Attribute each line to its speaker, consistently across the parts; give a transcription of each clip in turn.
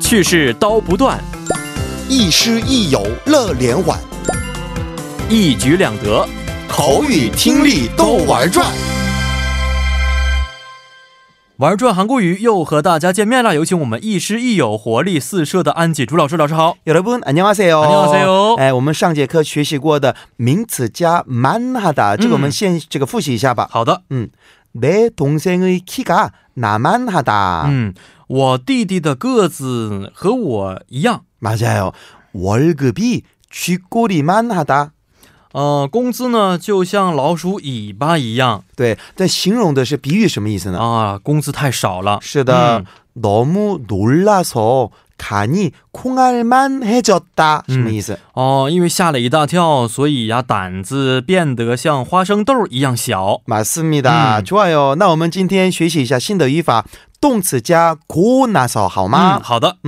Speaker 1: 去世刀不断，
Speaker 2: 亦师亦友乐连环，
Speaker 1: 一举两得。
Speaker 2: 口语听力都玩转。
Speaker 1: 玩转韩国语又和大家见面了，有请我们亦师亦友、活力四射的安吉竹老师。老师好，
Speaker 2: 여러분 안녕하세요.
Speaker 1: 안녕하세요.
Speaker 2: 哎，我们上节课学习过的名词加 만하다，这个我们先这个复习一下吧。
Speaker 1: 好的，
Speaker 2: 嗯，내동생의키가나만하다。
Speaker 1: 嗯，我弟弟的个子和我一样，
Speaker 2: 맞아요. 월급이 쥐꼬리만 하다.
Speaker 1: 呃，工资呢就像老鼠尾巴一样
Speaker 2: 对，但形容的是比喻什么意思呢？
Speaker 1: 啊，工资太少了。
Speaker 2: 是的，
Speaker 1: 음.
Speaker 2: 너무놀라서 간이 콩알만 해졌다. 什么意思？
Speaker 1: 哦，因为吓了一大跳，所以呀、胆子变得像花生豆一样小。
Speaker 2: 맞습니다.
Speaker 1: 음.
Speaker 2: 좋아요. 那我们今天学习一下新的语法，动词加고나서好吗？
Speaker 1: 嗯，好的，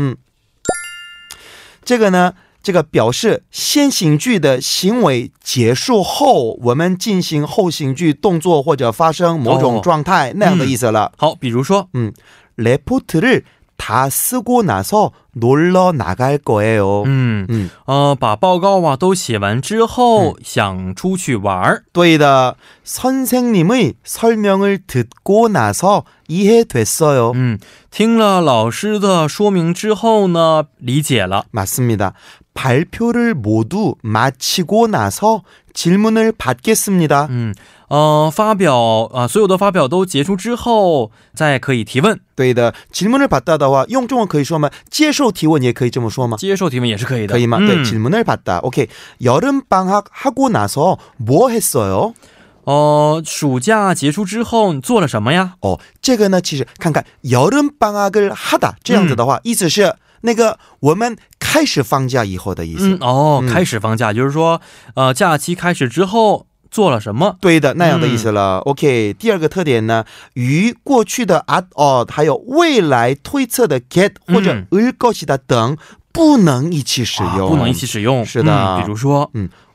Speaker 2: 这个呢，这个表示先行句的行为结束后，我们进行后行句动作或者发生某
Speaker 1: 哦
Speaker 2: 种状态、那样的意思了。
Speaker 1: 好，比如说，
Speaker 2: 레포트를 다 쓰고 나서 놀러 나갈 거예요.
Speaker 1: 嗯
Speaker 2: 嗯，
Speaker 1: 呃，把报告啊都写完之后，想出去玩儿。
Speaker 2: 또이다. 선생님의 설명을 듣고 나서 이해됐어요.
Speaker 1: 嗯，听了老师的说明之后呢，理解了。
Speaker 2: 맞습니다. 발표를 모두 마치고 나서 질문을 받겠습니다.
Speaker 1: 嗯，呃，发表啊、所有的发表都结束之后，再可以提问，
Speaker 2: 对的. 네, 질문을 받다다와 용종은 可以说吗?接受提问也可以这么说吗?
Speaker 1: 接受提问也是可以的。
Speaker 2: 可以吗?对,
Speaker 1: 嗯，
Speaker 2: 네, 질문을 받다. 오케이. 여름 방학 하고 나서 뭐 했어요?
Speaker 1: 呃，暑假结束之后你做了什么呀？
Speaker 2: 어, 这个呢,其实看看 여름 방학을 하다 这样子的话,意思是那个我们开始放假以后的意思。
Speaker 1: 嗯，哦，
Speaker 2: 嗯
Speaker 1: 开始放假，就是说，呃，假期开始之后做了什么？
Speaker 2: 对的，那样的意思了。OK，第二个特点呢，与过去的 at all，还有未来推测的 get
Speaker 1: 嗯
Speaker 2: 或者 을것이다等不能一起使
Speaker 1: 啊
Speaker 2: 用，
Speaker 1: 不能一。起使用。
Speaker 2: 哦是的
Speaker 1: 嗯比如说，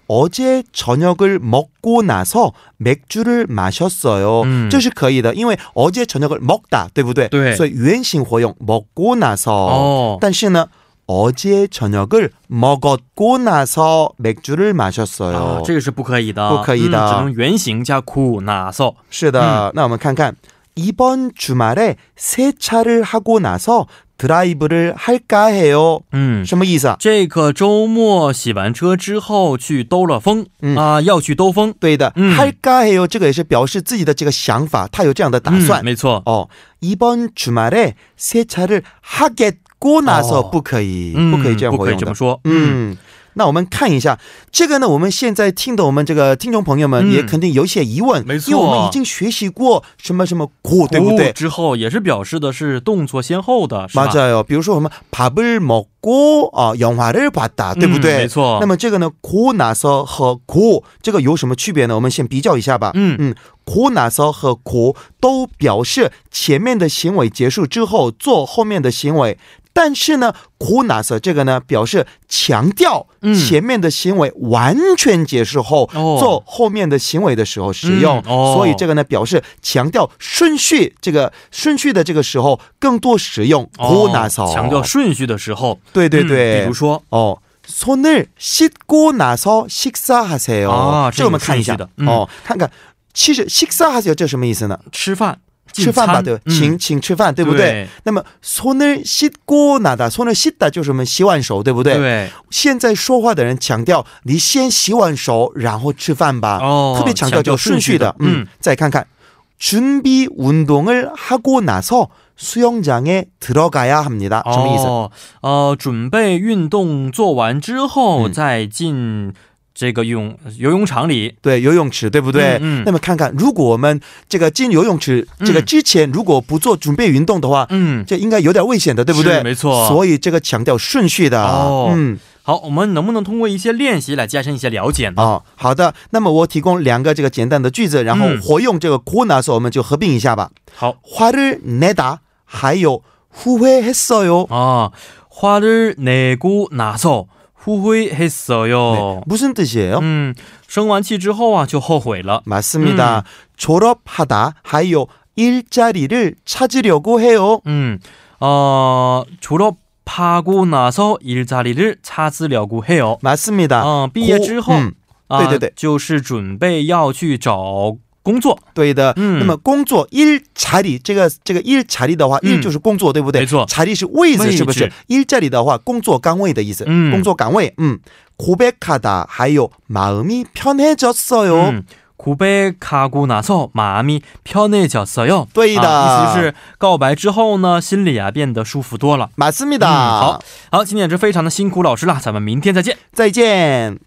Speaker 2: 어제 저녁을 먹고 나서 맥주를 마셨어요.
Speaker 1: 嗯。
Speaker 2: 这是可以的，因为 어제 저녁을 먹다， 对不对？
Speaker 1: 음。 对。
Speaker 2: 所以原型活用 먹고 나서。
Speaker 1: 哦，
Speaker 2: 但是呢。 어제 저녁을 먹었고 나서 맥주를
Speaker 1: 啊
Speaker 2: 마셨어요. ，
Speaker 1: 这个是不可以的，
Speaker 2: 哦不可以的
Speaker 1: 嗯只能原形加苦拿受。嗯
Speaker 2: 是的,那我们看看 이번 주말에 세차를 하고 나서 드라이브를 할까 해요.
Speaker 1: 嗯，
Speaker 2: 什么意思啊？
Speaker 1: 这个周末洗完车之后去兜了风、
Speaker 2: 嗯
Speaker 1: 啊，要去兜风，
Speaker 2: 对的,
Speaker 1: 嗯。
Speaker 2: 할까 해요. 这个也是表示自己的这个想法，他有这样的打算。
Speaker 1: 嗯没错。
Speaker 2: 어, 이번 주말에 세차를 하겠고 나서
Speaker 1: 어.
Speaker 2: 不可以，
Speaker 1: 哦嗯，不可以这么
Speaker 2: 不可以这样活用的。
Speaker 1: 说。
Speaker 2: 嗯，那我们看一下这个呢，我们现在听的我们这个听众朋友们
Speaker 1: 嗯
Speaker 2: 也肯定有一些疑问，
Speaker 1: 没错
Speaker 2: 因为我们已经学习过什么什么过，对不
Speaker 1: 哦
Speaker 2: 对？
Speaker 1: 之后也是表示的是动作先后的，是吧？
Speaker 2: 맞아요. 比如说我们 밥을 먹고 어, 영화를 봤다.
Speaker 1: 嗯，没
Speaker 2: 对不对？
Speaker 1: 错。么，
Speaker 2: 那么这个呢, 고 나서 和 고, 这个有什么区别呢?我们先比较一下吧。
Speaker 1: 嗯，
Speaker 2: 고 나서 和 고, 都表示前面的行为结束之后做后面的行为。但是呢, 고 나서 这个呢，表示强调
Speaker 1: 嗯。
Speaker 2: 前面的行为完全结束后、
Speaker 1: 哦。
Speaker 2: 做后面的行为的时候使用。
Speaker 1: 嗯，哦。
Speaker 2: 所以这个呢表示强调顺序，这个顺序的这个时候更多使用고
Speaker 1: 哦
Speaker 2: 나서。
Speaker 1: 强调顺序的时候，
Speaker 2: 对对
Speaker 1: 嗯
Speaker 2: 对。
Speaker 1: 比如说，
Speaker 2: 哦。 어, 손을씻고나서식사하세요。 뭐
Speaker 1: 啊
Speaker 2: 这个我们看一
Speaker 1: 这个有顺序
Speaker 2: 下
Speaker 1: 的嗯
Speaker 2: 哦，看看，其实 어, 그러니까 식사하세요这什么意思呢？
Speaker 1: 吃饭，进
Speaker 2: 吃饭吧，
Speaker 1: 餐
Speaker 2: 对，
Speaker 1: 嗯
Speaker 2: 请请吃饭，对不对？
Speaker 1: 对？
Speaker 2: 那么손을씻고나다，손을씻다就是我们洗碗手，对不对？
Speaker 1: 对，
Speaker 2: 现在说话的人强调，你先洗碗手，然后吃饭吧。
Speaker 1: 哦
Speaker 2: 特别强调这个顺序的。
Speaker 1: 强调顺序的
Speaker 2: 嗯，再看看， 음. 준비운동을하고나서수영장에들어가야합니다。什么意思？
Speaker 1: 哦，呃，准备运动做完之后、
Speaker 2: 嗯
Speaker 1: 再进这个泳游泳场里。
Speaker 2: 对，游泳池，对不对？
Speaker 1: 嗯嗯
Speaker 2: 那么看看，如果我们这个进游泳池
Speaker 1: 嗯
Speaker 2: 这个之前，如果不做准备运动的话，
Speaker 1: 嗯，
Speaker 2: 这应该有点危险的，对不对
Speaker 1: 是？没错
Speaker 2: 所以这个强调顺序的。
Speaker 1: 哦
Speaker 2: 嗯。
Speaker 1: 好，我们能不能通过一些练习来加深一些了解呢？
Speaker 2: 哦，好的。那么我提供两个这个简单的句子，然后
Speaker 1: 嗯
Speaker 2: 活用这个 “conaso”，我们就合并一下吧。
Speaker 1: 好
Speaker 2: 화를 내다 하여 후회했어요.
Speaker 1: 啊，花를내고나서후회했어요。
Speaker 2: 네， 무슨 뜻이에요?
Speaker 1: 嗯，生完气之后啊，就后悔了。 음。
Speaker 2: 맞습니다. 졸업하다 하여 일자리를 찾으려고 해요.
Speaker 1: 嗯，呃，졸업하다 파고 나서 일자리를 찾으려고 해요.
Speaker 2: 맞습니다. 음。
Speaker 1: 嗯， 어， 毕业之后
Speaker 2: 嗯
Speaker 1: 啊、
Speaker 2: 对对对
Speaker 1: 就是准备要去找工作。
Speaker 2: 对的。
Speaker 1: 嗯
Speaker 2: 那么工作일자리这个这个일자리的话，
Speaker 1: 嗯
Speaker 2: 일就是工作，对不对？
Speaker 1: 没错
Speaker 2: 자리是位
Speaker 1: 位
Speaker 2: 子，
Speaker 1: 置
Speaker 2: 是不是？일자리的话，工作岗位的意思，
Speaker 1: 嗯
Speaker 2: 工作岗位。嗯， 음. 고백하다还有마음이편해졌어요。
Speaker 1: 嗯，고백하고나서마음이편해졌어요。
Speaker 2: 对的
Speaker 1: 啊意思就是告白之后呢，心里啊变得舒服多了。
Speaker 2: 马思密达，
Speaker 1: 嗯，好，好，今天也是非常的辛苦老师啦，咱们明天再见。
Speaker 2: 再见。